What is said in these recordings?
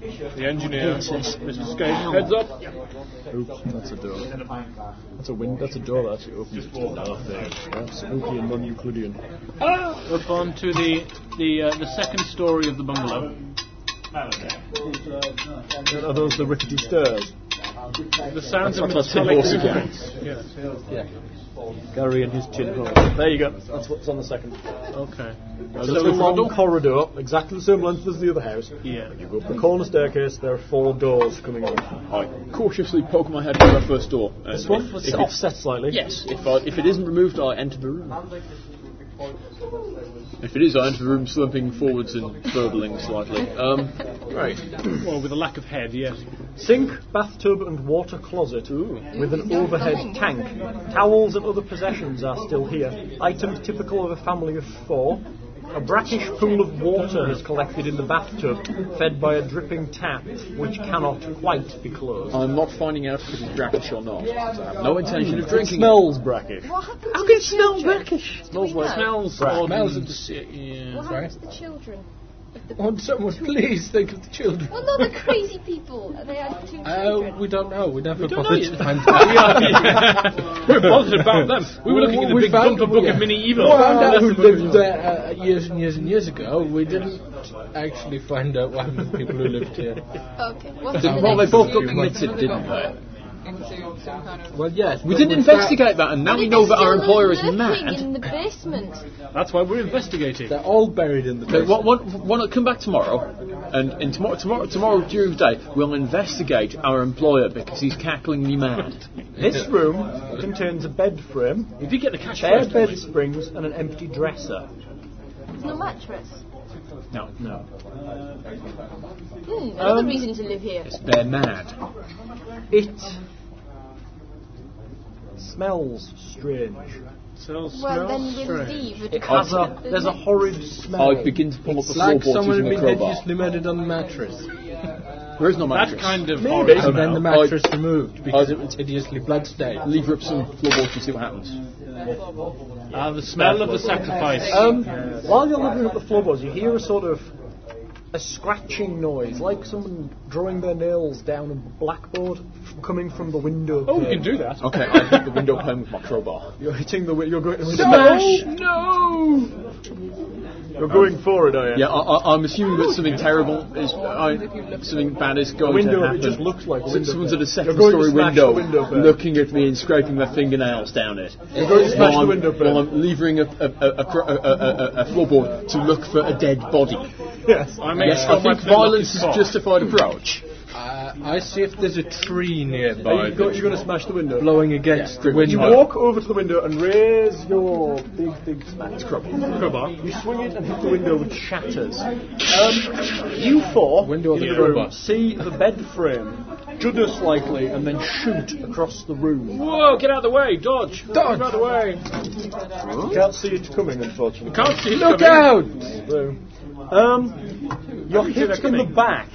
The engineer, Mr. Skate, heads up. Oops, that's a door. That's a wind. That's a door that actually opens to the north there. Absolutely non-Euclidean. Up on to the the uh, the second story of the bungalow. Are those the rickety stairs? The sounds of That's our tin metallic horse again. Yeah. Gary and his tin horse. There you go. That's what's on the second. Okay. There's So a long Roddle? corridor, exactly the same length as the other house. Yeah. You go up the corner staircase. There are four doors coming on. I cautiously poke my head through the first door. and This one if- was if it- offset slightly. Yes, if, I, if it isn't removed, I enter the room. If it is, I enter the room slumping forwards and burbling slightly. Um, right. Well, with a lack of head, yes. Sink, bathtub, and water closet with an overhead tank. Towels and other possessions are still here. Items typical of a family of four. A brackish pool of water is collected in the bathtub, fed by a dripping tap, which cannot quite be closed. I'm not finding out if it's brackish or not. I have no intention of drinking. smells brackish. What happened How can to the it smell children? brackish? Do we know? Smells Right. odd Smells and- of What yeah. happened to the children? If the- Won't someone please think of the children? Well, not the crazy people. They had two Oh, children. we don't know. We never don't bothered know. to find out. We're bothered about them. We were looking at the We big found- bumper book yeah. of medieval. We found out That's who the book. lived there uh, years and years and years ago. We didn't actually find out how many people who lived here. Okay. What's the Well, they next both got room? committed, didn't they? into some kind of Well, yes. We didn't investigate that, and now we know that our They're employer is lurking mad. in the basement. That's why we're investigating. They're all buried in the Okay, basement. why, why, why not come back tomorrow? And, and tomorrow, tomorrow, tomorrow during the day, we'll investigate our employer because he's cacklingly mad. This room contains a bed frame, We did get the cash bare first. didn't bed springs, and an empty dresser. There's no mattress. we? No. No. Hmm, another Um, reason to live here. They're mad. It smells strange. Smells Well, then smells we'll strange. leave. It It has a, can't- there's a horrid Oh, smell. I begin to pull up the Like floorboards someone using the had been crowbar. deliciously murdered on a mattress. There is no mattress. That kind of Maybe. horror Oh, And then smell. the mattress removed because it was hideously bloodstained. Leave her up some floorboards and see what happens. Ah, the smell of the sacrifice. Oh, Um, while you're looking at the floorboards, you hear a sort of a scratching noise, like someone drawing their nails down a blackboard f- coming from the window. oh, we pane. can do that. Okay, I hit the window pane with my crowbar. You're hitting the. wi- You're going. Smash! No. You're going for it, are you? Yeah, I, I, I'm assuming that something terrible is, I, something bad is going Window, to it happen. just looks like a Since window someone's pane. at a second You're going story to smash window, the window pane. looking at me and scraping their fingernails down it. You're going to smash while the I'm, window pane. While I'm levering a, a, a, a, cr- a, a, a, a floorboard to look for a dead body. Yes. I make Yes, sure I think my pillow violence is soft. justified approach. Uh, I see if there's a tree Are nearby you go, you're going to smash the window. blowing against the You window. walk over to the window and raise your big, big smash crowbar. Crowbar. You swing it and hit the window, which shatters. Um, you four Window of in the room crowbar. see the bed frame judder slightly and then shoot across the room. Whoa, get out of the way, dodge. Dodge. Get out of the way. You can't see it coming, unfortunately. Can't see Look coming. out! So, um, you're hit in the back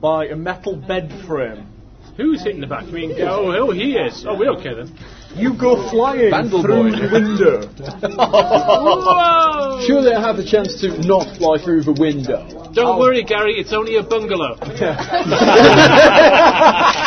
by a metal bed frame. Who's hitting the back? I mean, oh, oh, he is. Oh, we're okay then. You go flying Vandal through boy. the window. Oh. Whoa! Surely I have the chance to not fly through the window. Don't worry, Gary. It's only a bungalow.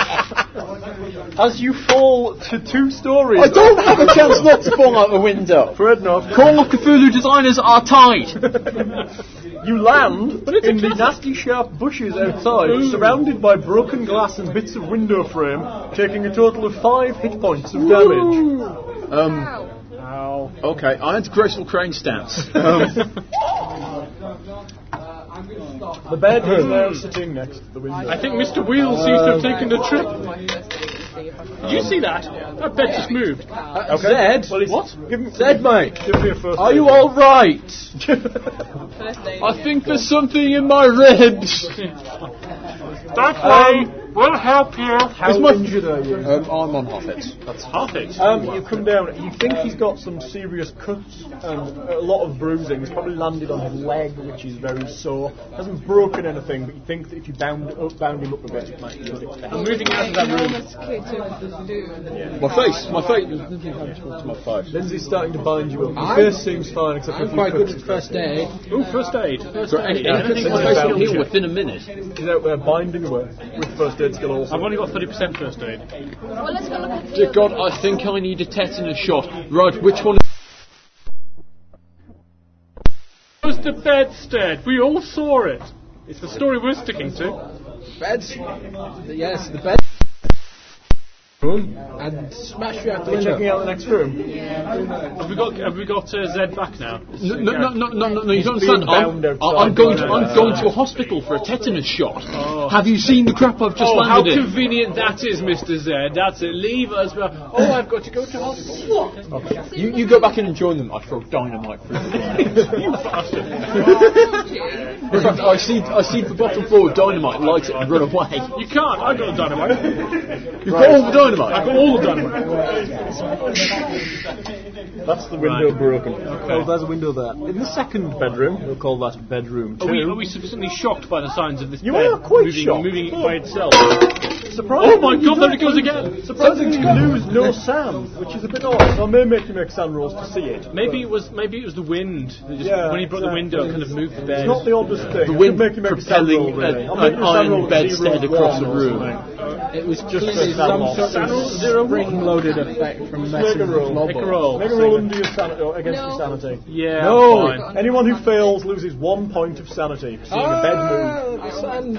As you fall to two stories, I don't have a chance not to fall out the window. Frednoff, Call of Cthulhu designers are tied. You land it's a in the classic. nasty sharp bushes outside, surrounded by broken glass and bits of window frame, taking a total of five hit points of damage. Um, Wow. okay, I had graceful crane stance. Um, The bed is now sitting next to the window. I think Mr. Wheel seems to have taken the trip. Did you see that? That bed just moved. Uh, Zed, Well, he's- what? Give me, Zed, mate, give me a first. are you aid. all right? first aid. I think there's something in my ribs. That way. We'll help you. How my- injured are you? Um, I'm on half it. That's Half it. Um, you come down. You think he's got some serious cuts and a lot of bruising. He's probably landed on his leg, which is very sore. Hasn't broken anything, but you think that if you bound up, bound him up a bit, it might heal it better. I'm moving out of that room. my face. My face. It's my face. Lindsay's starting to bind you up. Your I'm- face seems fine, except for a I'm few quite good cuts. at first aid. Ooh, first aid. First So any, aid. anything Anything that's like supposed to that. heal within a minute. He's out there binding away with first aid skill also. I've only got 30% first aid. Well, let's go look at the Dear other- God, I think I need a tetanus shot. Right, which one? It was the bedstead. We all saw it. It's the story we're sticking to. Beds. Yes, the bed. Room and smash you out the Checking window. out the next room. Have we got, have we got uh, Zed back now? No, no, no, no, no, no, no you don't being understand. I'm, bound outside I- I'm going to, by I'm a- going to a hospital for a tetanus shot. Have you seen the crap I've just Oh, how landed in? convenient that is, Mr. Zed. That's it. Leave us. Well. Oh, I've got to go to hospital. You, you go back in and join them. I throw dynamite through the window. In fact, I see, I see the bottom floor of dynamite, light it and run away. You can't. I've got a dynamite. You've got all the I've dynamite. got all the dynamite. That's the window Right. broken. Oh, there's a window there. In the second bedroom, we'll call that bedroom two. Are we, are we sufficiently shocked by the signs of this You bed are quite moving, shocked. moving by itself? Surprisingly, Oh my god, there it goes again! Surprisingly, you lose no Sam, which is a bit odd. So I may make you make Sam rolls to see it. Maybe it was maybe it was the wind. that Just, Yeah, when he brought the exactly. window, it kind of moved the It's bed. not the oddest thing. The wind I should make you make a Sam roll, propelling really. a- I'll make an you Sam iron roll to see roll bedstead across one a or room. something. It was for clearly that some long. sort of spring-loaded effect from messing with roll. Lobo. Make a roll. Make a roll under your sanity, or against your No. sanity. Yeah. fine. Anyone who fails loses one point of sanity for seeing the bed move.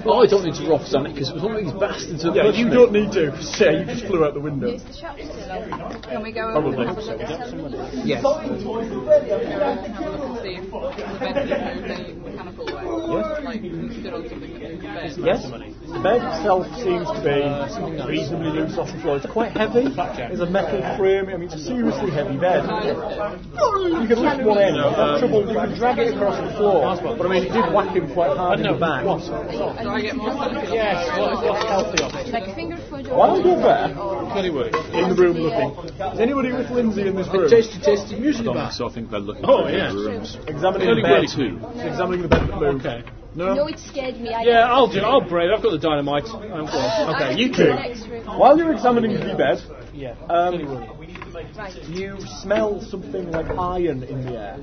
Oh, I don't need to rough Sonic because it was one of these bastards that Yeah, pushed you me. don't need to, because yeah, you just flew out the window. Is the shop still open? Can we go over and have a look at some of the Yes. have a look and see if the bed is moved in a mechanical way? Like, we stood on something that moved the bed. Yes. The bed itself seems to be reasonably loose off the floor. It's quite heavy. There's a metal frame. I mean, it's a seriously heavy bed. You can lift one end. No trouble. You can drag it across the floor. But I mean, it did whack him quite hard in the back. Why Do I get more sanity? Like finger food or don't you there? Bloody work. In the room looking. Is anybody with Lindsay in this room? Tasty, tasty music bar. So I think they're looking Oh, for yeah. the rooms. Examining Only the bed. really two. Examining the bed that moved. Okay. No, it scared me. I Yeah, I'll do. it. I'll brave. I've got the dynamite. I'm gone. I Okay, went you to two. the next room. While you're examining the bed, Yeah. um, Right. you smell something like iron in the air.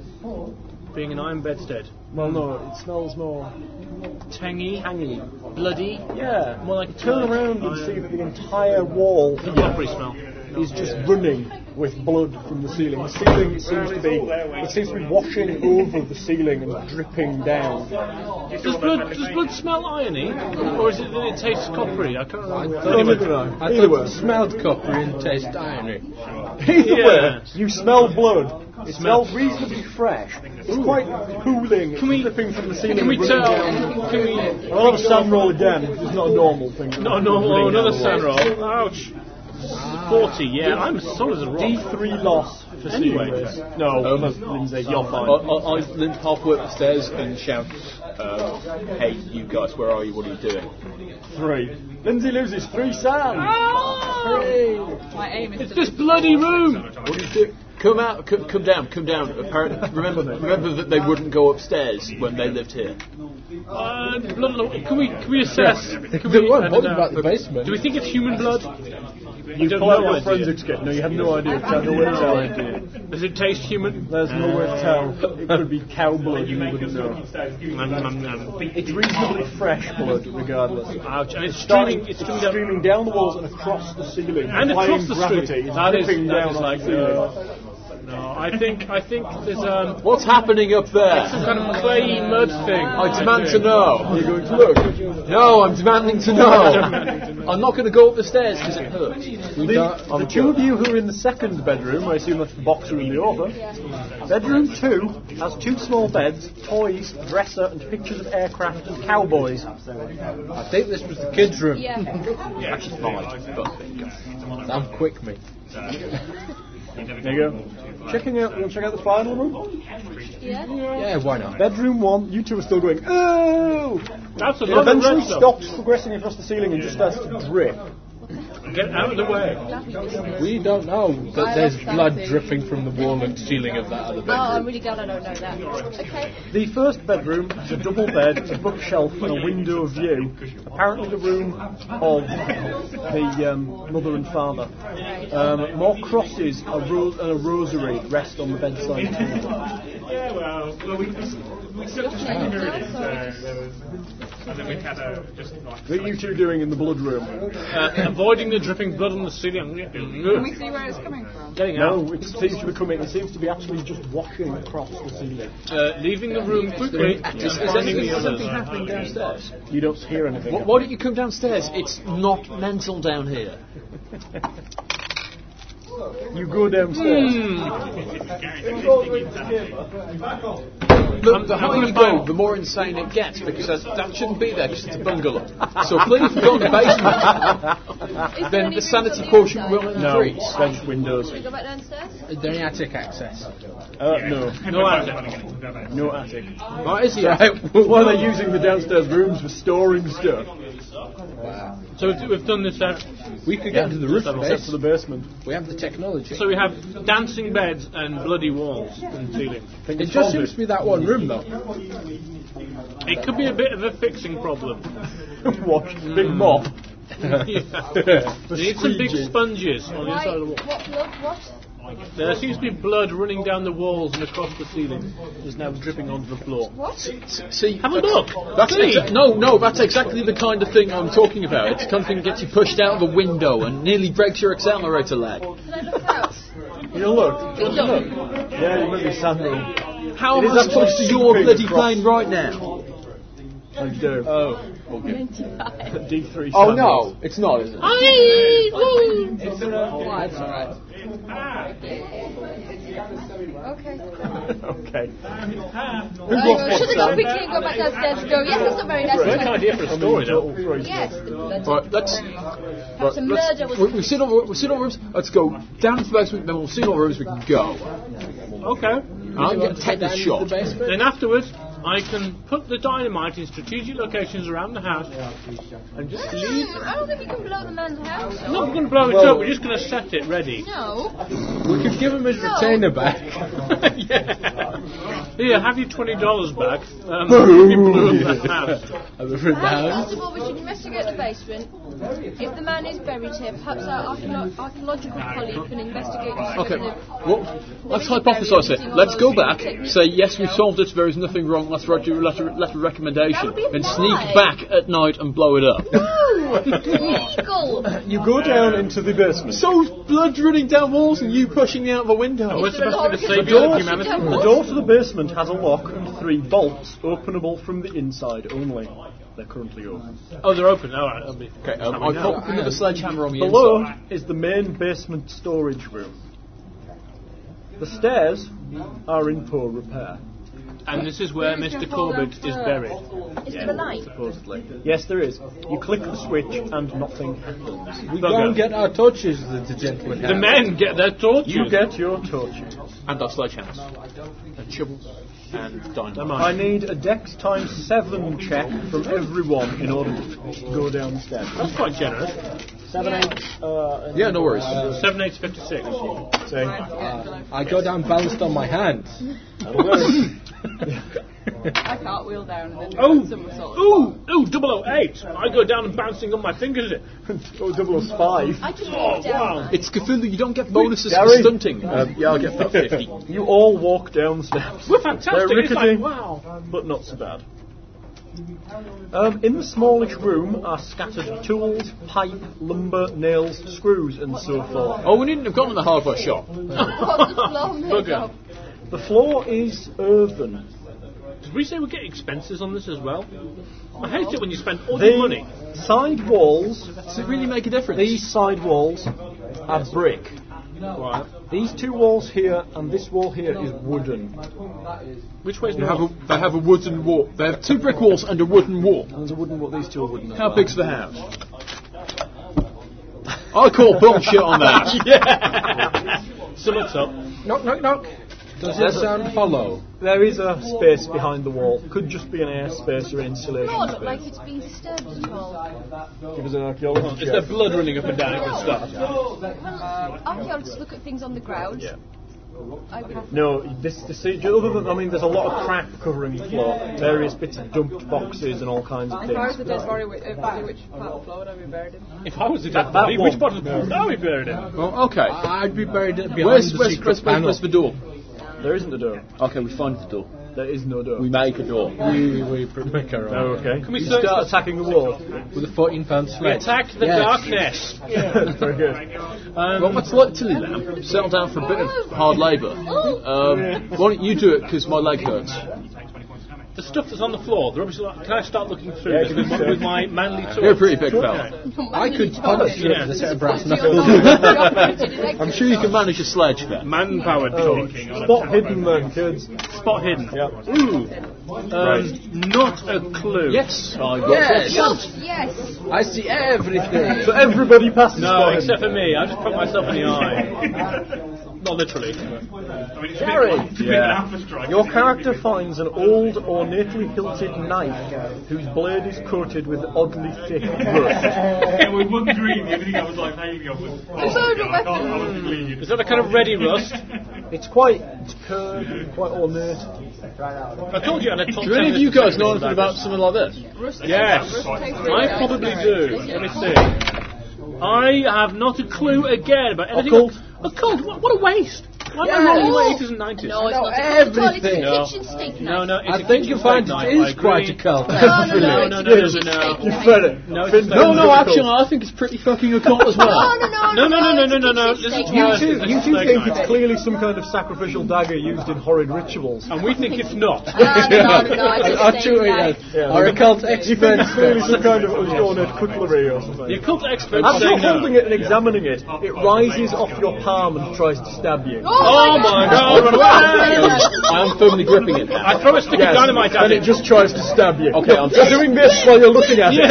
Being an iron bedstead. Well, no, it smells more Tangy. Tangy. Bloody. Yeah. More like turn around and see that the entire wall Coppery smell. is just running with blood from the ceiling. The ceiling seems to be it seems to be washing over the ceiling and dripping down. Does blood, does blood smell irony? Or is it that it tastes coppery? I can't remember. Anyway, I either thought way, it smelled copper and tasted iron. either Yeah. way, you smell blood. It smells reasonably fresh. It's quite cooling. It's we- dripping from the ceiling. Can we and running down. tell? Can we? I'll have a sand roll again. It's not a normal thing. No, no, oh, another sand roll. Ouch. Forty. Yeah, I'm solid as a rock. D3 loss for Anyway. seeing this. No, Um, Lindsay, you're I, fine. I, I limp halfway up the stairs and shout, uh, "Hey, you guys, where are you? What are you doing?" Three. Lindsay loses three sand. My aim is It's to this bloody room. What do you do? Come out, c- come down, come down. Apparently, remember, remember that they wouldn't go upstairs when they lived here. Uh, blood, all- can we can we assess? Can They we, I don't weren't bothered know. about the basement. Do we think it's human blood? You don't pull out know your idea. forensics kit. No, you have no idea. There's no way to tell. Does it taste human? There's no way to tell. It could be cow blood. You wouldn't know. Nom, nom, nom. It's reasonably fresh blood, regardless. Ouch! And it's Starting, streaming. it's It's streaming. streaming down the walls and across the ceiling. And Applying across the gravity, street. it's That is, dripping that down is off like the ceiling. uh, no. I think I think there's um What's happening up some there? kind of clay mud thing. I demand to think. know. You're going to look. No, I'm demanding to know. I'm not going to go up the stairs because it hurts. The, the two of you who are in the second bedroom, I assume that's the boxer and the author. Bedroom two has two small beds, toys, dresser, and pictures of aircraft and cowboys. I think this was the kids' room. Yeah. Actually, fine, but I'm quick, mate. There you go. Checking out, you want to check out the final room? Yeah. Yeah, why not? Bedroom one, you two are still going, oh! That's a It lot of eventually red stuff. stops progressing across the ceiling and just starts to drip. Get out of the way. We don't know that I there's love blood dancing. dripping from the wall and ceiling of that other Oh, I'm bedroom. really glad I don't know that. Okay. The first bedroom is a double bed, a bookshelf, and a window view. Apparently, the room of the um, mother and father. Um, more crosses a ro- and a rosary rest on the bedside table. Yeah, well, well we, we took the secondary, so there was, and then we had a just like. What are you two doing in the blood room? Uh, avoiding the dripping blood on the ceiling. Can we see where it's coming from? Getting out. No, it seems to be coming. It seems to be actually just washing across the ceiling. Uh, leaving the room quickly. Is, is finding anything the others. something happening downstairs? You don't hear anything. Wh- Why don't you come downstairs? It's not mental down here. You go downstairs. Look, the higher you go, the more insane it gets because that, that shouldn't be there because it's a bungalow. So please go in the basement. Is there Then any the room on sanity the quotient outside? will No, increase. French windows. Should we go back downstairs? Is there any attic access? Uh, no, No, I no attic. Right, is he? Right. Well, why are they using the downstairs rooms for storing stuff? So we've- we've done this. Uh, We could get to the roof Except for base. the basement. We have the technology. so we have dancing beds and bloody walls and ceilings. Think it it's just folded. seems to be that one room though. It could be a bit of a fixing problem. Wash, big mop. yeah. The We need some big squeegee. sponges on the Why? inside of the What wall. blood? What? There seems to be blood running down the walls and across the ceiling. Is now dripping onto the floor. What? See, Have a that's- look. That's See? exa- no, no. That's exactly the kind of thing I'm talking about. It's the kind of thing that gets you pushed out of a window and nearly breaks your accelerator leg. Did I look out? You look. Good job. Yeah, you look at sunroom. How It am is I supposed to actually your creeping bloody across. plane right now? I do. Oh, D3 oh sandals. no, it's not, is it? Okay. okay. Who should have gone quickly and go back downstairs and go, yes, that's not very nice. Great idea for a story, though. Yes, the blood. Right, let's. Perhaps a murder let's was. we, we've seen all we've seen all rooms. Let's go down to the basement. Then we'll see all rooms. We can go. Okay. I'm going to take the shot. Then afterwards, I can put the dynamite in strategic locations around the house. And just leave. Mm, I don't think you can blow the man's house. We're not going to blow it Well- up. We're just going to set it ready. No. We could give him his No. retainer back. yeah. Here, have your twenty dollars back. Um, you blew up the house. Have it Perhaps, written down. first of all, we should investigate the basement. If the man is buried here, perhaps our archeolo- archaeological colleague can investigate the Okay. sort of- Well, let's hypothesise it. Let's go back, say yes, we've solved it. There is nothing wrong. Let's write you a letter, letter of recommendation, That would be and fine. sneak back at night and blow it up. Legal. You go down into the basement. so blood running down walls and you pushing me out of a window. We're Is there supposed to be the an saviour of organ? humanity. Don't The want- door to the basement has a lock and three bolts, openable from the inside only. They're currently open. Oh, they're open. All right. that'll be- Okay, um, I've got another sledgehammer on the Below inside. is the main basement storage room. The stairs are in poor repair. And this is where Mr. Corbett is buried. Is there a light? supposedly. Yes, there is. You click the switch and nothing happens. We go and get our torches that the gentleman The had. men get their torches. You get your torches. And our sledgehammers. And shovels. And dynamite. I need a dex times seven check from everyone in order to go downstairs. That's quite generous. Seven, eight. Uh, Yeah, no worries. Seven eight fifty-six. Well, I go down balanced on my hand. I cartwheel down and then Oh. somersault. Ooh, ooh, double oh eight. I go down and bouncing on my fingers. oh, double is five. I just walked down. Oh, Wow. It's Cthulhu, you don't get bonuses for Gary. stunting. Um, yeah, I'll get that 50. You all walk down steps. We're fantastic. They're It's like, rickety, wow. but not so bad. Um, in the smallish room are scattered tools, pipe, lumber, nails, screws, and so forth. Oh, we needn't have gone in the hardware shop. What the floor made Bugger. of. The floor is earthen. Did we say we get expenses on this as well? I hate it when you spend all your money. The side walls, Does it really make a difference? these side walls, are brick. Right. These two walls here and this wall here is wooden. Which way's They have, north? a, they have a wooden wall. They have two brick walls and a wooden wall. And there's a wooden wall. These two are wooden. as How well. big's the house? I call bullshit on that. yeah. So what's up? Knock, knock, knock. Does it sound hollow? There is a space behind the wall. Could just be an air space or an insulation Oh, look like space. it's been disturbed as well. Give us an archaeology Is there check. blood running up and down it and stuff? Well, archaeologists look at things on the ground. Yeah. I would have No, this, this other than I mean, there's a lot of crap covering the floor. Various bits of dumped boxes and all kinds of If I was things. a dead body, which, uh, body which part of the floor would I be buried in? If I was a dead That- that body, which one. part of the pool are we buried in? Oh, okay. I- I'd be buried behind Where's, the where's, secret where's, where's, panel. where's the door? There isn't a door. Okay, we find the door. There is no door. We make a door. we, we pr- make our Oh, own. okay. Can we you search the- start attacking the wall. With a 14 pound sled. Attack the Yes. darkness. Um, Very good. Well, what's like Tilly then? Settle down for a bit of hard labour. Oh. Um, why don't you do it because my leg hurts? The stuff that's on the floor, the rubbish. Can I start looking through Yeah, this give me with, a my- with my manly tools? You're a pretty big fella. I could honestly Yeah. with a set of brass knuckles. knuckles. I'm sure you can manage a sledge then. Manpowered Oh, thinking. on spot a hidden telephone. then, kids. Spot hidden. Yep. Ooh. Um, Right. Not a clue. Yes, I got Yes. yes. Yes. I see everything. So everybody passes No, spot hidden. except for me. I just put myself in the eye. Not literally. Gary! Yeah. Your character finds an old, ornately hilted knife whose blade is coated with oddly thick rust. Yeah, with one dream, the other thing I was like, hanging up was. Oh, murder God, I can't- I weapon. wasn't believing it. Is that a kind of ready rust? It's quite it's curved and quite ornate. I told you I had top Do any of you guys know anything about something like this? Yes, I probably do. Let me see. I have not a clue again about anything. Occult. Occult? What, what a waste. Why am Yes. I rolling away 80s and 90s? No, it's not. It's a everything. No. kitchen steak knife. no, no, I it's a think you find kitchen knife, it I is agree. quite a cult. No, no, no, No, no, it's no, no, a kitchen no. steak knife. No, it's not. No, no, actually, I think it's pretty fucking occult as No, well. No, no, no, no, no, no, no, no, no. it's a This is kitchen steak why- knife. You two, you two think Knife. it's clearly some kind of sacrificial dagger used in horrid rituals. And we think it's not. No, no, no, no, it's a Our steak knife. Our occult experts. Clearly some kind of ornate cutlery or something. The occult experts As say you're no. holding it and examining it, it rises off your palm and tries to stab you. Oh my god, run away! I'm firmly gripping it now. I throw a stick of dynamite at and it. it just tries to stab you. Okay, I'm- You're doing this while you're looking at it.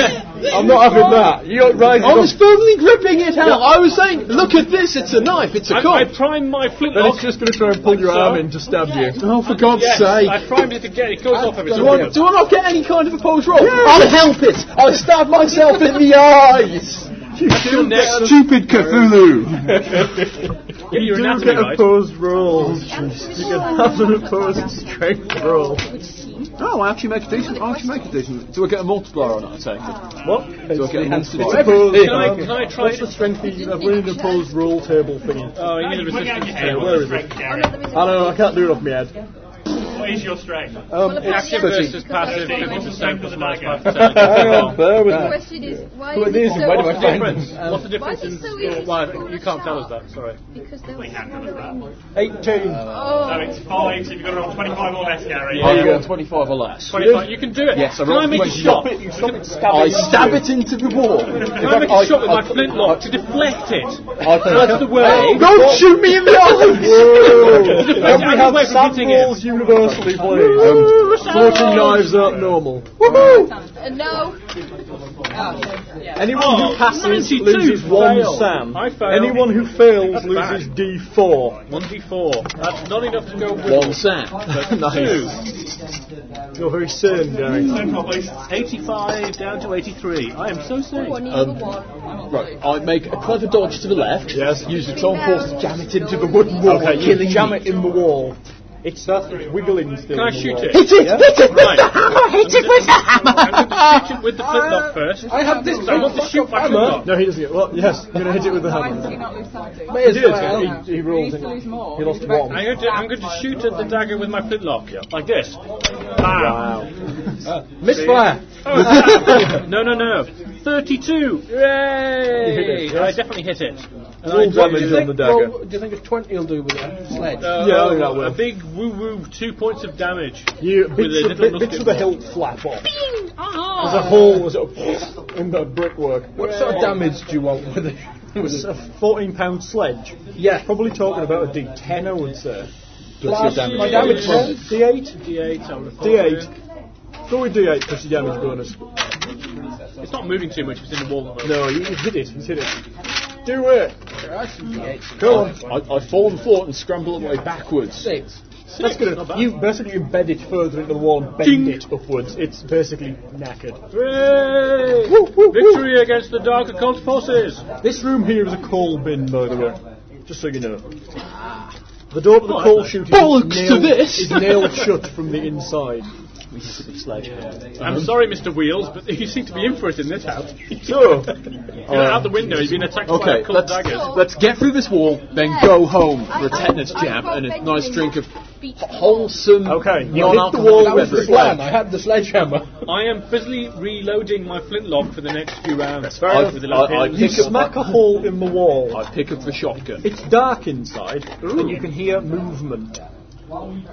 I'm not having that. You're rising I up- was firmly gripping it out. I was saying, look at this, it's a knife, it's I, a cop. I prime my Then flintlock. it's just going to try and pull your So? arm in to stab you. Oh, for God's Yes, sake. I primed it again. It goes off every Do so I, often. do I not get any kind of opposed roll? I'll help it. I'll stab myself in the eyes. You next. stupid Cthulhu. Yeah, you're Do an get anatomy, right? opposed rolls. You can have an opposed strength roll. No, Oh, I actually make a decent. I actually make a decent. Do I get a multiplier or not? I take What? it. Do I get a multiplier? Opposed, Can I- um, can I try What's it? the strength that you have in an opposed roll table thingy? Oh, you need a resistance. Yeah, where is it? I don't know, Uh, I can't do it off my head. What is your strength? Um, it's Active 13. versus passive equals the same plus minus five Hang on, percent. bear with The me. question is, why Uh, Who is it is and so where do I hard? What's the difference? Um, What's the Why difference is in it so easy? score? Well, you can't tell us that. Sorry. Because there was one of them. 18. So Oh, it's five. So you've got to roll 25 or less, Gary. I go. roll 25 or less. 25. You can do it. Yes, I Can rolled I make a 20. shot? You stop it, stab I it. stab it into the wall. Can I make a shot with my I- flintlock to deflect it? That's the Oh, way. Don't shoot me in the eyes. Deflect it. And we Out of have the way from sand hitting it. rules universally, please. Um, Oh. Floating knives aren't normal. uh, no. Anyone Oh, who passes 92 loses one fail. Sam. I fail. Anyone who fails That's loses bad. D4. 1d4. That's not enough to go One with. sap. Two. You're very sane, Gary. 85 down to 83. I am so safe. One equal Um, one. Right, I make a clever dodge to the left. Yes. Use the strong force to jam it into the wooden wall. Okay, you killing jam me. it in the wall. It's that it's wiggling still. Can I in the shoot wall. it? Hit it! Hit it! Right. With the hammer! Hit it with the I'm going to shoot it with the flintlock hammer! first. I have this I want to shoot my hammer. flintlock. No, he doesn't get. Well, yes, you're gonna hit it with the Why does he hammer. not lose sanity? May as He did. well. He- he rolled needs to in. lose more. He lost He's about one. to I'm going, to, I'm going to shoot at the dagger with my flintlock, like this. Bam. Wow. Misfire. Oh, no, no, no. 32. Yay! it, yes? I definitely hit it. And Full I do- damage on the dagger. Well, do you think a 20 will do with a sledge? Uh, Yeah, I think that will. a big woo woo, two points of damage. You With bits a of, little bit, bits musket of the ball. hilt flap off. There's a hole was in the brickwork. What sort of damage do you want with it? It's a 14 pound sledge. Yeah. Probably talking about a D10, I would say. Plus damage. My damage was D8? D8. I would have thought. D8. Go with D8 plus your damage bonus. It's not moving too much. It's in the wall. at the moment. No, you, you hit it, you hit it. Do it! Go on. I, I fall on the floor and scramble away backwards. six. That's good. enough. You basically embed it further into the wall and bend Ding. it upwards. It's basically knackered. Hooray! Woo, woo, woo. Victory against the dark occult forces. This room here is a coal bin, by the way. Just so you know. The door Oh, to the coal chute is nailed, Bollocks to this. is nailed shut from the inside. I'm sorry, Mr. Wheels, but you seem to be in for it in this house. So, You're out the window. You've been attacked by Okay, occult let's, daggers. let's get through this wall, then Yeah. go home for a I- I- tetanus I jab can't and a bend nice me. drink of Beat- wholesome, Okay, you hit the wall non-alcoholic That was the beverage. plan. I had the sledgehammer. I am busily reloading my flintlock for the next few rounds. fair enough. With the left I- I- hand. you smack a hole in the wall. I pick up the shotgun. It's dark inside, and you can hear movement.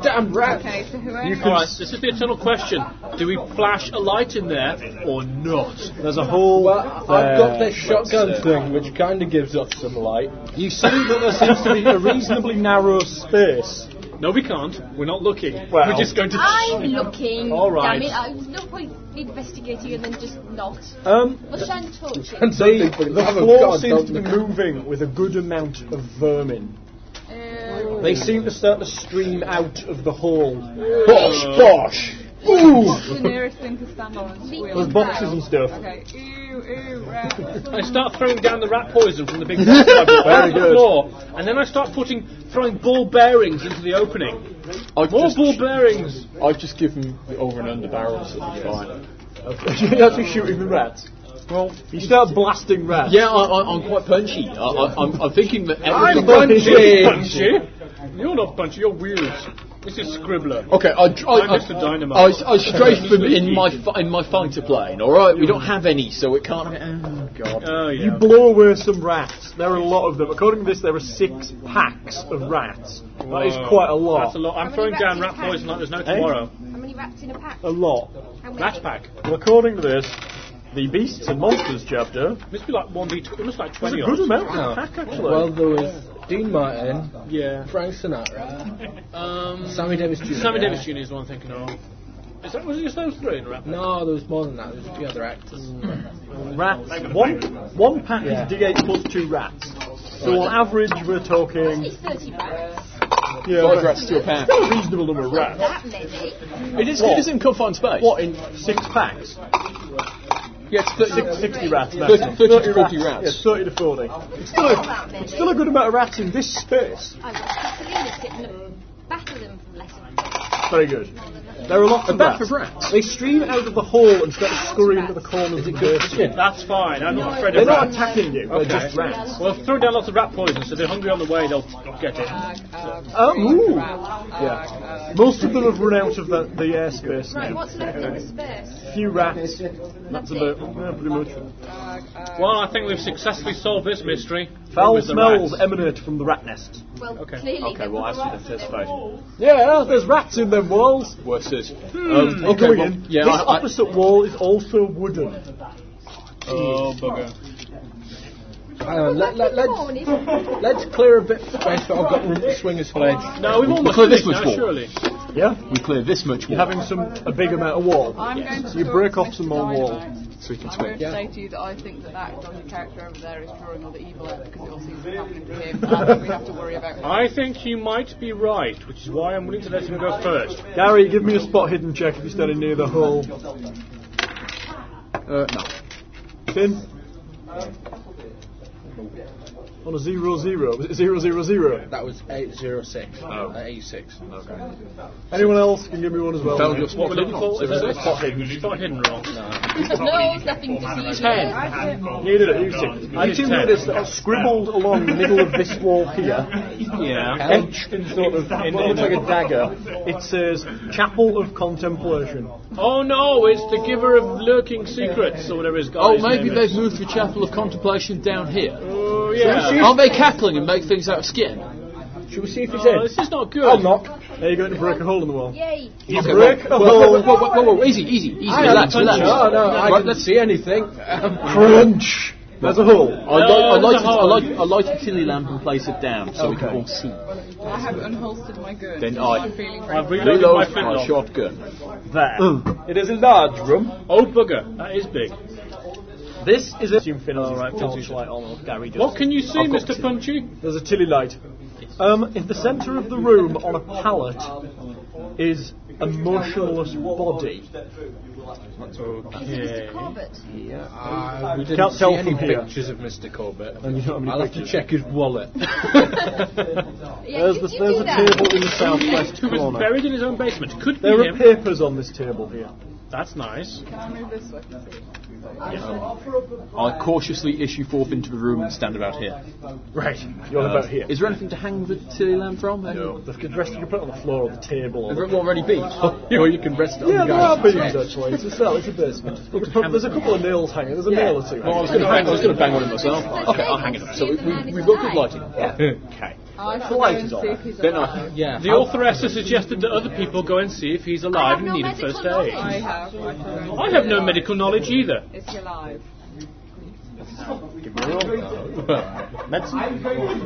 Damn rat. Okay, so whoever. You can All right, this is the eternal question: Do we flash a light in there or not? There's a hole. Well, I've got there. this shotgun thing, which kind of gives off some light. You see that there seems to be a reasonably narrow space. No, we can't. We're not looking. Well- We're just going to. I'm looking. All right. Damn it, I, there's no point investigating and then just not. Um, What's shine torches? And the, something for the the love of floor God, seems to be don't- moving with a good amount of vermin. Um, They seem to start to stream out of the hole. Bosh, bosh. What's the nearest thing to stand on and squeal? There's boxes and stuff. Okay. Ew, ew, rat. I start throwing down the rat poison from the big rat bubble Very on the good. floor, and then I start putting throwing ball bearings into the opening. I've More just, ball bearings. I've just given the over and under barrels. so it's fine. You're actually shooting the rats. Well, you start blasting rats. Yeah, I, I, I'm quite punchy. I, I, I'm, I'm thinking that everything. punchy. Punchy. You're not punchy. You're wheels. This is scribbler. Okay, I, dr- I, I'm I, just a dynamo. I, I strafed them in my fi- in my fighter plane. All right, we don't have any, so it can't. Oh God. Oh You yeah. blow away some rats. There are a lot of them. According to this, there are six packs of rats. That is Whoa. quite a lot. Eh? That's a lot. How I'm many throwing rats down in rat a pack? poison like there's no tomorrow. How many rats in a pack? A lot. How many? Rat pack. Well, according to this, the Beasts and Monsters chapter Must be like one v two. It must be like was a twenty. good odds. amount of pack, actually. Well, there was Dean Martin, Yeah. Frank Sinatra, Um, Sammy Davis Jr. Sammy Davis Jr. is the one I'm thinking of. Is that was it just those three in rap? No, there was more than that. There was a few other actors. Rats. One, one pack Yeah. is D8 plus two rats. So on average, we're talking It's 30 rats. yeah, Five but rats to a pack. a reasonable number of rats. That many. It is. What? It is in confined space. What in six packs? Yeah, it's thirty. Six- Sixty rats. now. 30 to 40 rats. Yeah, thirty to forty. It's still, a, That many. it's still a good amount of rats in this space. I watched Selena sit in a battle them from less than Very good. There are lots A of bath rats. of rats. They stream out of the hole and start to scurry into the corners of the basement. That's fine. I'm not afraid They're of not rats. attacking you. They're Okay. just rats. Well, throw down lots of rat poison, so they're hungry on the way. They'll not get it. Oh, ooh. Yeah. Most of them have run out of the, the airspace Right, now. what's left in the space? Few rats. That's about yeah, pretty much. Well, I think we've successfully solved this mystery. Foul With the smells rats. emanate from the rat nest. Well, Okay. clearly Okay, they well, were actually, rats. that's- that's fine. Yeah, there's rats in them walls. Worse is. Um, okay, Going well, in. yeah, Oh, this I, I, opposite wall is also wooden. Oh bugger! Hang on, let, let, let's, let's clear a bit of space, but I've got room to swing a sledge. No, we've almost Clear this finished much now, wall. surely. Yeah, we clear this much you're wall, having some a big amount of wall. I'm going to You talk break to off Mr. some more wall. Dynamite. so we can I'm going spend. to say to you that I think that that dodgy character over there is drawing all the evil out because it all seems to be happening to him. and we have to worry about him. I think you might be right, which is why I'm willing to let him go first. Gary, give me a spot hidden check if you're standing near the hole. Uh, no. Finn. On a zero zero. Was it zero zero zero? That was 806. Oh. 86. Anyone else can give me one as well. Found your spot We're hidden. looking for- So is there a it's Spot hidden. Spot hidden wrong. No, nothing disease. You did it, you see. I You did do notice ten. that I've scribbled along the middle of this wall here, Yeah. etched in sort of, it looks like a dagger. It says Chapel of Contemplation. Oh no, it's the giver of lurking secrets or whatever his guy's Oh, maybe name they've is. moved the Chapel of Contemplation down here. Oh yeah. Aren't they cackling and make things out of skin? Should we see if he's Oh, in? this is not good. I'll knock. There you go, to break a hole in the wall. Yay. You Okay, break whoa, a whoa, whoa, hole. whoa, whoa, whoa, whoa, easy, easy, easy. Relax, relax. No, no, I Right, didn't let's see anything. Um, Crunch! There's a Oh, hole. I like, the I hole. like, I like, I like the chili lamp and place it down so we can Okay. all see. I have unholstered my gun. Then I- I'm feeling I've very reloaded Reload my my flintlock. shotgun. There. It is a large room. Oh bugger, that is big. This is a. Oh, Assume Finn has his Alright, torchlight on, or Oh, Gary does. What can you see, I've got Mr. two. Punchy? There's a tilly light. Um, in the centre of the room, on a pallet, is a motionless body. Okay. Corbett. Uh, we didn't Can't see tell any from here. pictures of Mr. Corbett. And you don't have any I'll have to pictures. check his wallet. Yeah, There's you, the, you there's do a that. table in the southwest Who was corner. buried in his own basement. Could be There are him. papers on this table here. That's nice. I cautiously issue forth into the room and stand about here. Uh, Right. You're about here. Is there anything to hang the tea lamp from? No. The rest you can put it on the floor or the table. Or Is it already beat? or you can rest it on yeah, the there guy. are beams actually. It's a cell, it's a basement. You could put- There's a couple of nails hanging, there's a nail or two. Well, I was going to bang. I was going to bang one of myself. Okay, I'll hang it up. So we, we, we've got good lighting. Okay. I shall The go light and is see on. if he's Then alive. I. yeah. The authoress has suggested that other people go and see if he's I alive have and no needing first medical aid. I knowledge. have. I shall go and I see have if no he's medical knowledge either. alive. Is he alive?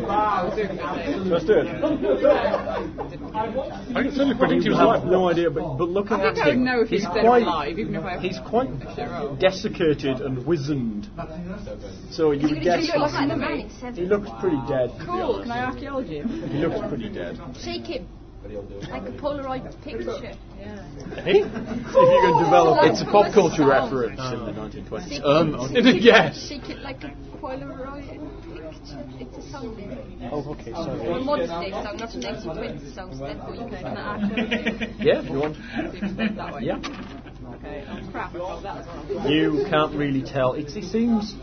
Let's do it. I can certainly predict he You was have alive. no idea, but, but look at I think I would him. know if he's, dead or quite, alive, even if I He's quite desiccated and wizened. So you would You're going guess to do it like the man in he Seven. looks pretty dead. to be Cool, honest. can I archaeology? him? He looks pretty dead. Shake him. Like a Polaroid picture. if you can develop Like It's a from pop the culture song. reference in the 1920s. Um, Shake it- yes. Shake it like a Polaroid picture. It's a song. It's Oh, okay, a sorry. modern day song, not an 1920s song. So therefore, you can archaeology. Yeah, if you want. that way. Yeah. Okay, oh crap, I got that as well. You can't really tell. It's, it seems.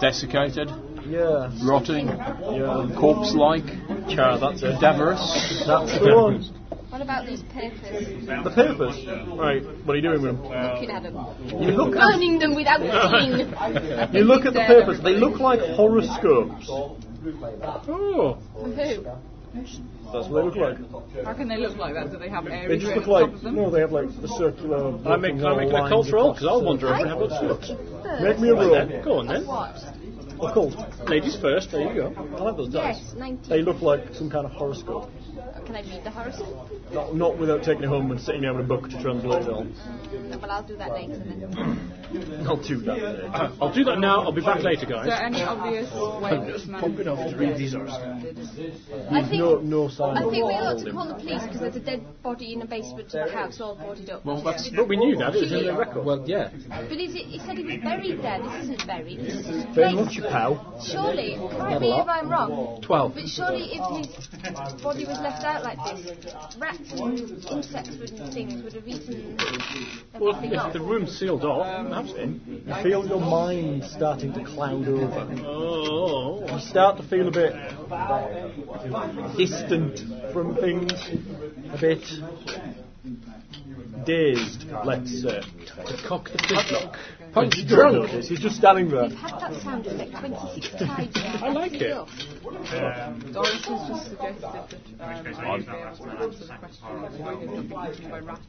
desiccated, Yeah. rotting, Yeah. corpse-like, Yeah, that's it. cadaverous. That's the one. What about these papers? The papers. Right, what are you doing with them? Looking at them. You look at Burning them without seeing. You look at the papers, they look like horoscopes. Oh, Who? That's what they look like. How can they look like that? Do they have They areas just at look the top like, of them? no, they have like the circular. I make I make an lines occult roll across because I'll the- wander over and have a look. Make me a roll. Then, Go on then. What? Occult. Ladies first. There you go. I like those dice. Yes, 19. They look like some kind of horoscope. Can I read the horoscope? Not, not without taking it home and sitting down with a book to translate it all. No, well, I'll do that later then. Not too bad. I'll do that now. I'll be back later, Is there guys. any obvious way that this man Popping off to read these I think, No, no sign I of think we ought to call the police because there's a dead body in a basement of the house, all boarded up. Well, that's But we knew that. It was in the record. Well, yeah. But is it, he said he was buried there. This isn't buried. This is his Very much, grave. you pal. Surely, correct me if I'm wrong, Twelve. but surely if his body was left out like this, rats and insects would, and things would have eaten Well, everything if up. the room's sealed off, that's it. You feel your mind starting to cloud over. Oh, You start to feel a bit distant from things, a bit dazed, let's say. Cock the flintlock. He's drunk. He's just standing there. We've had that sound effect 26 times. now. I like That's it. enough. Doris has just suggested that um, I be able to answer that question avoided not being eaten by rats.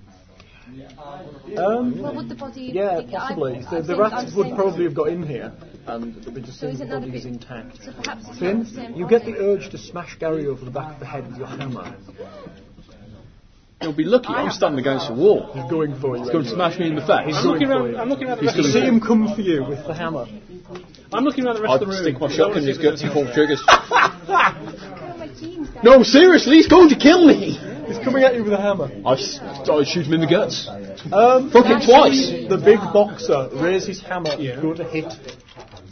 Well, Um, would the body? yeah, I- possibly. I The, the think rats I've would seen- probably have got in here, and they just So think the isn't that a body is bit- intact. So perhaps it's not Finn, the same you get the body. urge to smash Gary over the back of the head with your hammer. He'll be lucky. I'm standing against the wall. He's going for you. He's going to smash me in the face. I'm looking around. I'm looking around the rest He's of the You gonna- see room. him come for you with the hammer. I'm looking around the rest of I'd the room. stick my I shotgun wanna in see his if there's guts and anything- pull the triggers. Oh, my jeans, guys. no, seriously, he's going to kill me. He's coming at you with a hammer. I, s- I shoot him in the guts. Um, Fuck it twice. The big boxer raises his hammer to go to hit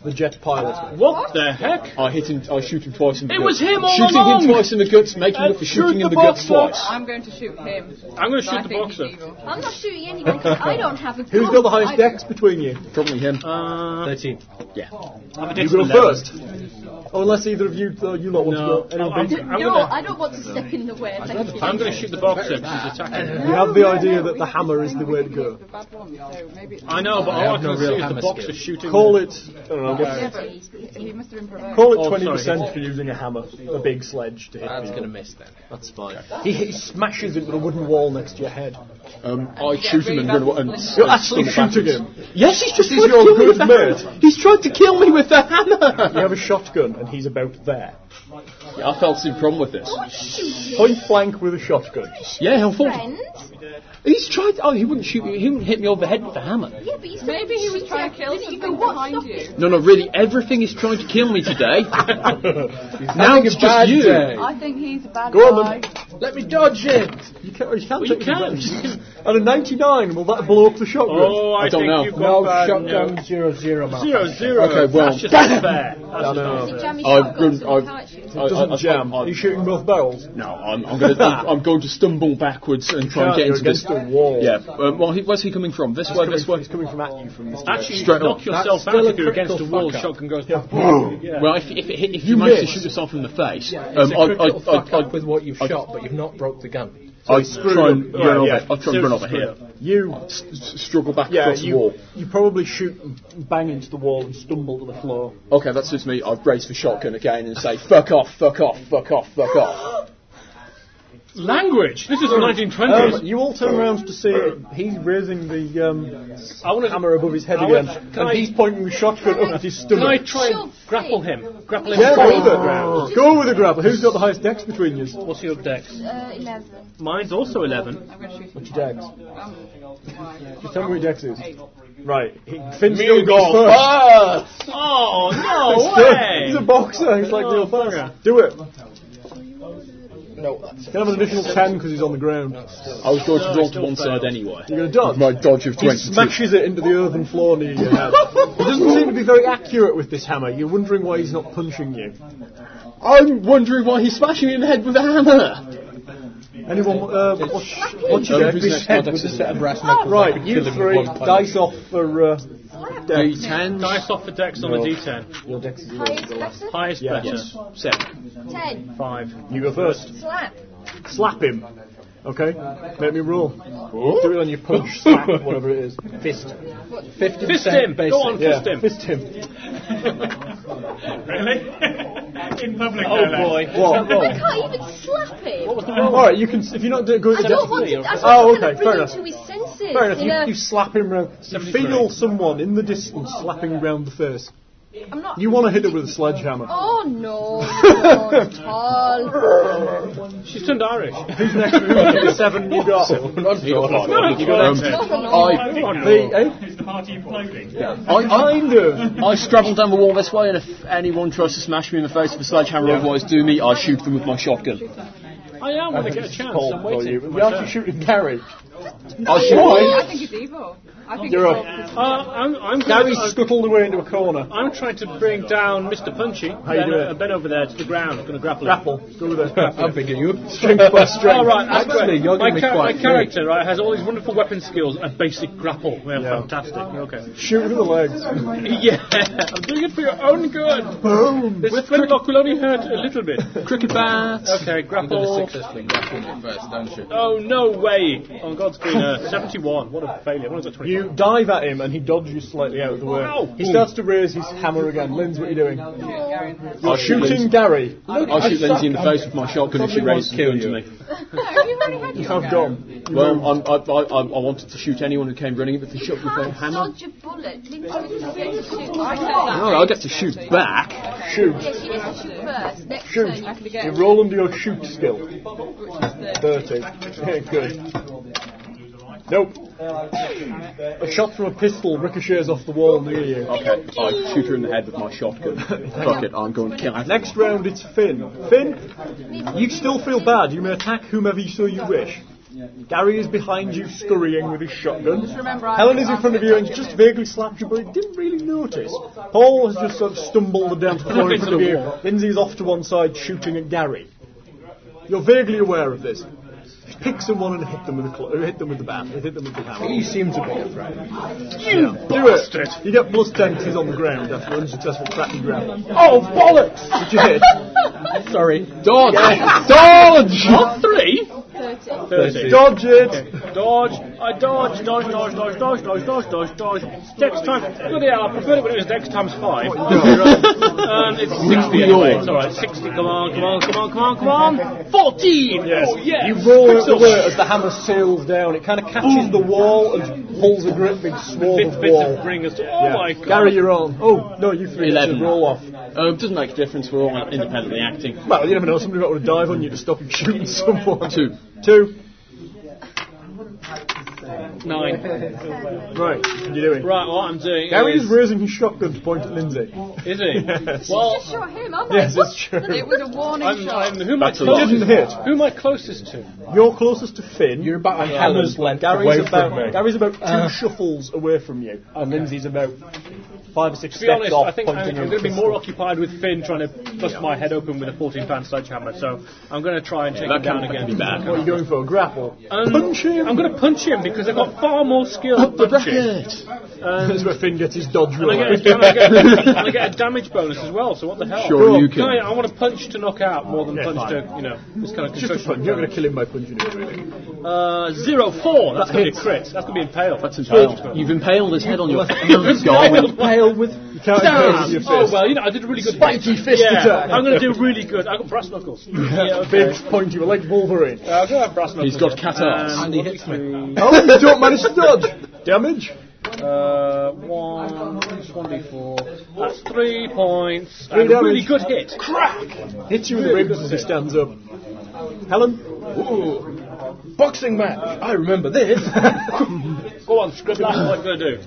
the jet pilot. What the heck? I hit him. I shoot him twice in the It guts. was him all Shooting along. him twice in the guts, making And up for shoot shooting the in the guts boxer. twice. I'm going to shoot him. I'm going to I shoot the think he's boxer. evil. I'm not shooting anyone 'cause I don't have a gun. Who's got the I highest don't- dex between you? Probably him. Uh, Thirteen. You go first. Unless either of you, uh, you lot want No. to go. I'm- Anyone I'm no, gonna- I don't want to step in the way. Thank you. I'm going to shoot the boxer Uh, because he's attacking. you have the idea that the hammer is the way to go. The bad one, so maybe it's I know, but all I have no can real see is the hammer boxer skill. shooting. Call it, I don't know, what's- Yeah, but he must have been provoked. call Oh, it twenty sorry. percent for using a hammer, a big sledge to hit. That's people. going to miss then. That's fine. He, he smashes into the wooden wall next to your head. Um, I shoot him and run away. And, You're and actually stumble shooting backwards. him. Yes, he's just This is tried to your kill me good with the hammer. mate. He's tried to kill me with the hammer. You have a shotgun, and he's about there, Yeah, I felt some problem with this. Oh, Shoot you, point blank with a shotgun. Yeah, he'll fall. friend. He's tried. Oh, he wouldn't shoot me. He wouldn't hit me over the head with a hammer. Yeah, but you said Maybe he was shooting trying at- to kill didn't you something go, "What? behind Stop you. it." No, no, really, everything is trying to kill me today. now having it's a just bad you. day. I think he's a bad Go on guy. then. Let me dodge it. You can't. You can't Well, you take it can. as well. And a 99, will that blow up the shotgun? Oh, I, I don't think know. You've got No, bad shotgun news. zero zero. Mark. Zero zero. Okay, well, that's just unfair. That's just Oh, Is it unfair. jammy I've shotguns run- and I've- can't shoot? I- I- doesn't I- jam. I- Are you shooting both barrels? No, I'm, I'm, gonna, I'm, I'm going to stumble backwards and try and Yeah, get you're into this. against a wall. Yeah. Um, well, he, where's he coming from? This way. This way. It's coming from at you from this Actually, you Straight knock on. yourself That's out still if a you're against a critical wall. fucker. Shotgun goes. Well, if, if, it hit- if you manage to shoot yourself in the face, um, It's a I, I, critical fuck I, I, up with what you've shot, but you've not broke the gun. I, try and up. run Yeah, over. yeah. I try and run over Seriously here. You, S- s- struggle back yeah, across the you, wall. you probably shoot and bang into the wall and stumble to the floor. Okay, that suits me. I've raised the shotgun again and say, "Fuck off! Fuck off! Fuck off! Fuck off!" Language. This is the 1920s. Um, you all turn around to see he's raising the um, I want to. hammer above his head I again, want- and can I- he's pointing the shotgun up at his Can I stomach. try and Shove grapple thing. him? Grapple him. yeah, with go with the it. ground. Go with the grapple. Who's got the highest dex between you? What's your dex? Uh, 11. Mine's also 11. I'm going to shoot him. Dex. Um, why? Just tell me what your dex is. Eight. Right. He, Finn's still goes first. Oh no He's still- way! He's a boxer. He's like Oh, real fast. bugger. Do it. No, that's Can I have an additional ten because he's on the ground. I was going to roll to one side anyway. You're gonna dodge. My dodge of He twenty-two. smashes it into the earthen floor near your head. he doesn't seem to be very accurate with this hammer. You're wondering why he's not punching you. I'm wondering why he's smashing me in the head with a hammer. Anyone? Uh, what's, what's Um, your who's dex? next? My dex is- brass knuckles. Right, you three. Dice off for uh, dex. Dice off the dex on the d10. Your dex is Highest letter? Highest Yeah. better. Yes. Seven. 10. Five. You go first. Slap. Slap him. Okay. Make me roll. Do it on your punch, slap, whatever it is. Fist. Fifty Fist him! percent Go on, Yeah. fist him! Fist him. Really? In public, Oh boy. What? I can't even slap him. All right. You can. If you're not doing good, I don't want to. I'm Oh, not going okay, to fair bring him enough. to his senses. Fair enough, in you, a- you slap him round. You 73. feel someone in the distance Oh. slapping round the face. I'm not. You want to hit it with a sledgehammer. Oh no, no, not at all. She's turned Irish. Who's next? Who's the seven you got? Um, No, I, no. Me, eh? It's the party imploding. I, Kind of. I, I scrabble down the wall this way, and if anyone tries to smash me in the face with a sledgehammer, otherwise do me, I shoot them with my shotgun. I am going to get a chance. I'm you. waiting. We're actually shooting Gary. Oh, I I shoot. think it's evil. I think You're it's up. evil. Uh, I'm, I'm, Gary gonna, scuttled away into a corner. I'm trying to bring down Mr. Punchy. How you ben, doing? uh, ben over there to the ground. going to grapple him. Grapple. Go with it. I'm picking you. up. Strength by strength. All right, that's Actually, great. you're my, gonna be char- quite my character right, has all these wonderful weapon skills and basic grapple. They're Yeah. fantastic. Okay. Shoot him in the legs. Yeah, I'm doing it for your own good. Boom. This flintlock will only hurt a little bit. Cricket bat. Okay, I'm going to grapple. successfully grapple you first, don't you? Oh no way! On God's green earth, 71. What a failure. What is that? 25? You dive at him and he dodges slightly out of the way. Wow. He starts to raise his hammer again. Lynn's, what are you doing? I'll You're shoot shooting Lindsay. Gary. I'll shoot Lindsay in the face with my shotgun if she raises a gun to me. you've already had your I've gone. Well, I'm, I, I, I I wanted to shoot anyone who came running, but they shot me with a can't hammer. dodge a bullet. Lindsay doesn't get to shoot. I said that. No, I get to shoot back. Shoot. Yeah, she gets to shoot first. Next Shoot. turn, you can You get. roll under your shoot skill. Which is the 30. Yeah, good. Nope. A shot from a pistol ricochets off the wall near you. Okay, I shoot her in the head with my shotgun. Fuck it, I'm going to kill her. Next round it's Finn. Finn, you still feel bad. You may attack whomever you so you wish. Gary is behind you scurrying with his shotgun. remember I Helen was is in front of you and just vaguely slapped you, but you didn't really notice. Paul has just sort of stumbled down to the floor in front of you. Lindsay's off to one side shooting at Gary. You're vaguely aware of this. Pick someone and hit them with a cl- hit them with the bat. Hit them with the hammer. You seem to be afraid. You bastard! You get plus 10 'cause he's on the ground after unsuccessful cracking ground. Oh, bollocks! Did you hit? Sorry. Dodge! Dodge! Not three. 30. 30. Dodge it! Dodge, I dodge, dodge, dodge, dodge, dodge, dodge, dodge, dodge, dodge. Next time, bloody hell, I preferred it when it was next times five. um, it's 60 anyway, it's alright, 60, come on, come on, come on, come on, come on. 14! Oh yes! You roll it away as the hammer sails down. It kind of catches the wall and pulls a great big swarm Bits, of bits of wall. bringers. Oh Yeah. my god. Gary, you're on. Oh, no, you three. Eleven. should Roll off. Um, doesn't make a difference, we're all independently acting. Well, you never know. Somebody might want to dive on you to stop you shooting someone. Two. Two. nine. Right, what are you doing? Right, what I'm doing Gary is... is raising his shotgun to point at Lindsay. Is he? Yes. Well, Just shot him. I'm Yes, like, it's true. It was a warning I'm, shot. I'm, who am I That's a lot. closest- Didn't hit. Who am I closest to? You're closest to Finn. You're about a hammer's Gary's length away Gary's from me. about, Gary's about two shuffles away from you, Uh. and Lindsay's about five or six To be steps honest, off I think I'm, pointing at going to be Crystal. more occupied with Finn trying to bust my head open with a 14 pound sledgehammer, so I'm going to try and take him down again. What are you going for? Grapple? Um, punch him! I'm going to punch him because I've got far more skill at punching. That's where Finn gets his dodge And roll. I get, a, and I get, and I get a damage bonus as well, so what the hell? Sure you Can I, can. I want to punch to knock out more than Yeah, punch fine. to, you know, this kind of Just a punch. concussion. You're not going to kill him by punching him, really. Uh, zero four. That's going to be a crit. That's going to be impaled. That's impaled. You've impaled his head on your. Pale with. You can't impale with your Oh fist. well, you know, I did a really good. Spiky fist yeah, attack. I'm going to do really good. I got brass knuckles. yeah, okay. Big pointy, like Wolverine. Uh, I've got brass knuckles. He's got cat arms. Um, And he hits me. oh, you don't manage to dodge! Damage? Uh, one, one d four. That's three points. Three and a really damage. good hit. Hits you in the ribs as he stands up. Helen? Boxing match. I remember this. Go on, scribble out what I'm going to do.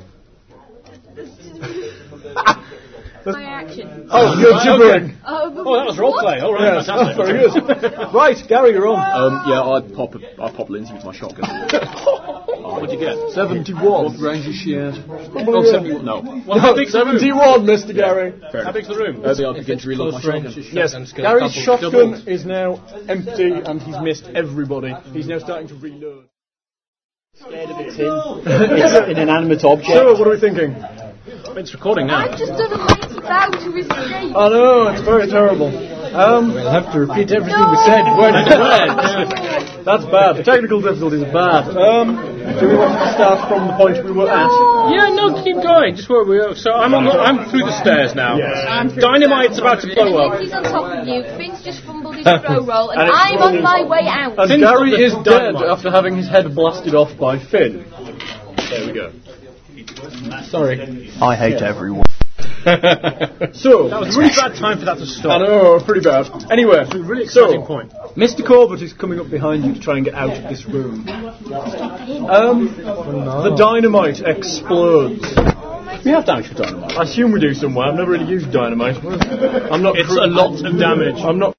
my action. Oh, you're gibbering! Oh, Oh, that was roleplay. All right, Yes, that's fantastic. very good. Uh, right, Gary, you're on. Um, yeah, I'd pop, a, I'd pop Lindsay with my shotgun. What'd you get? 71. Range is shared. Oh, Oh, 71. No. Well, how big's the room? 71, Mr. Gary. How big's the room? Maybe I begin to reload my shotgun. Yes, Gary's shotgun is now empty and he's missed everybody. He's now starting to reload. it's an inanimate object. So, what are we thinking? It's recording now. I've just done a mighty bow to escape. I know, it's very terrible. Um, We'll have to repeat everything No. we said. Word for word. that's bad. Technical difficulties are bad. Um, do we want to start from the point we were at? Yeah, no, keep going. Just where we are. So I'm on the, I'm through the stairs now. Yeah. Dynamite's about to blow up. He's on top of you. Finn's just fumbled his throw roll, and, I'm on my way out. And Finn's Gary got the is dead dynamite. after having his head blasted off by Finn. There we go. Sorry. I hate everyone. So, That was really bad time for that to I stop. know, pretty bad. Anyway, Really exciting so point. Mr. Corbett is coming up behind you to try and get out of this room. Um, the dynamite explodes. We have damage for dynamite. I assume we do somewhere. I've never really used dynamite. I'm not. It's a lot of damage. I'm not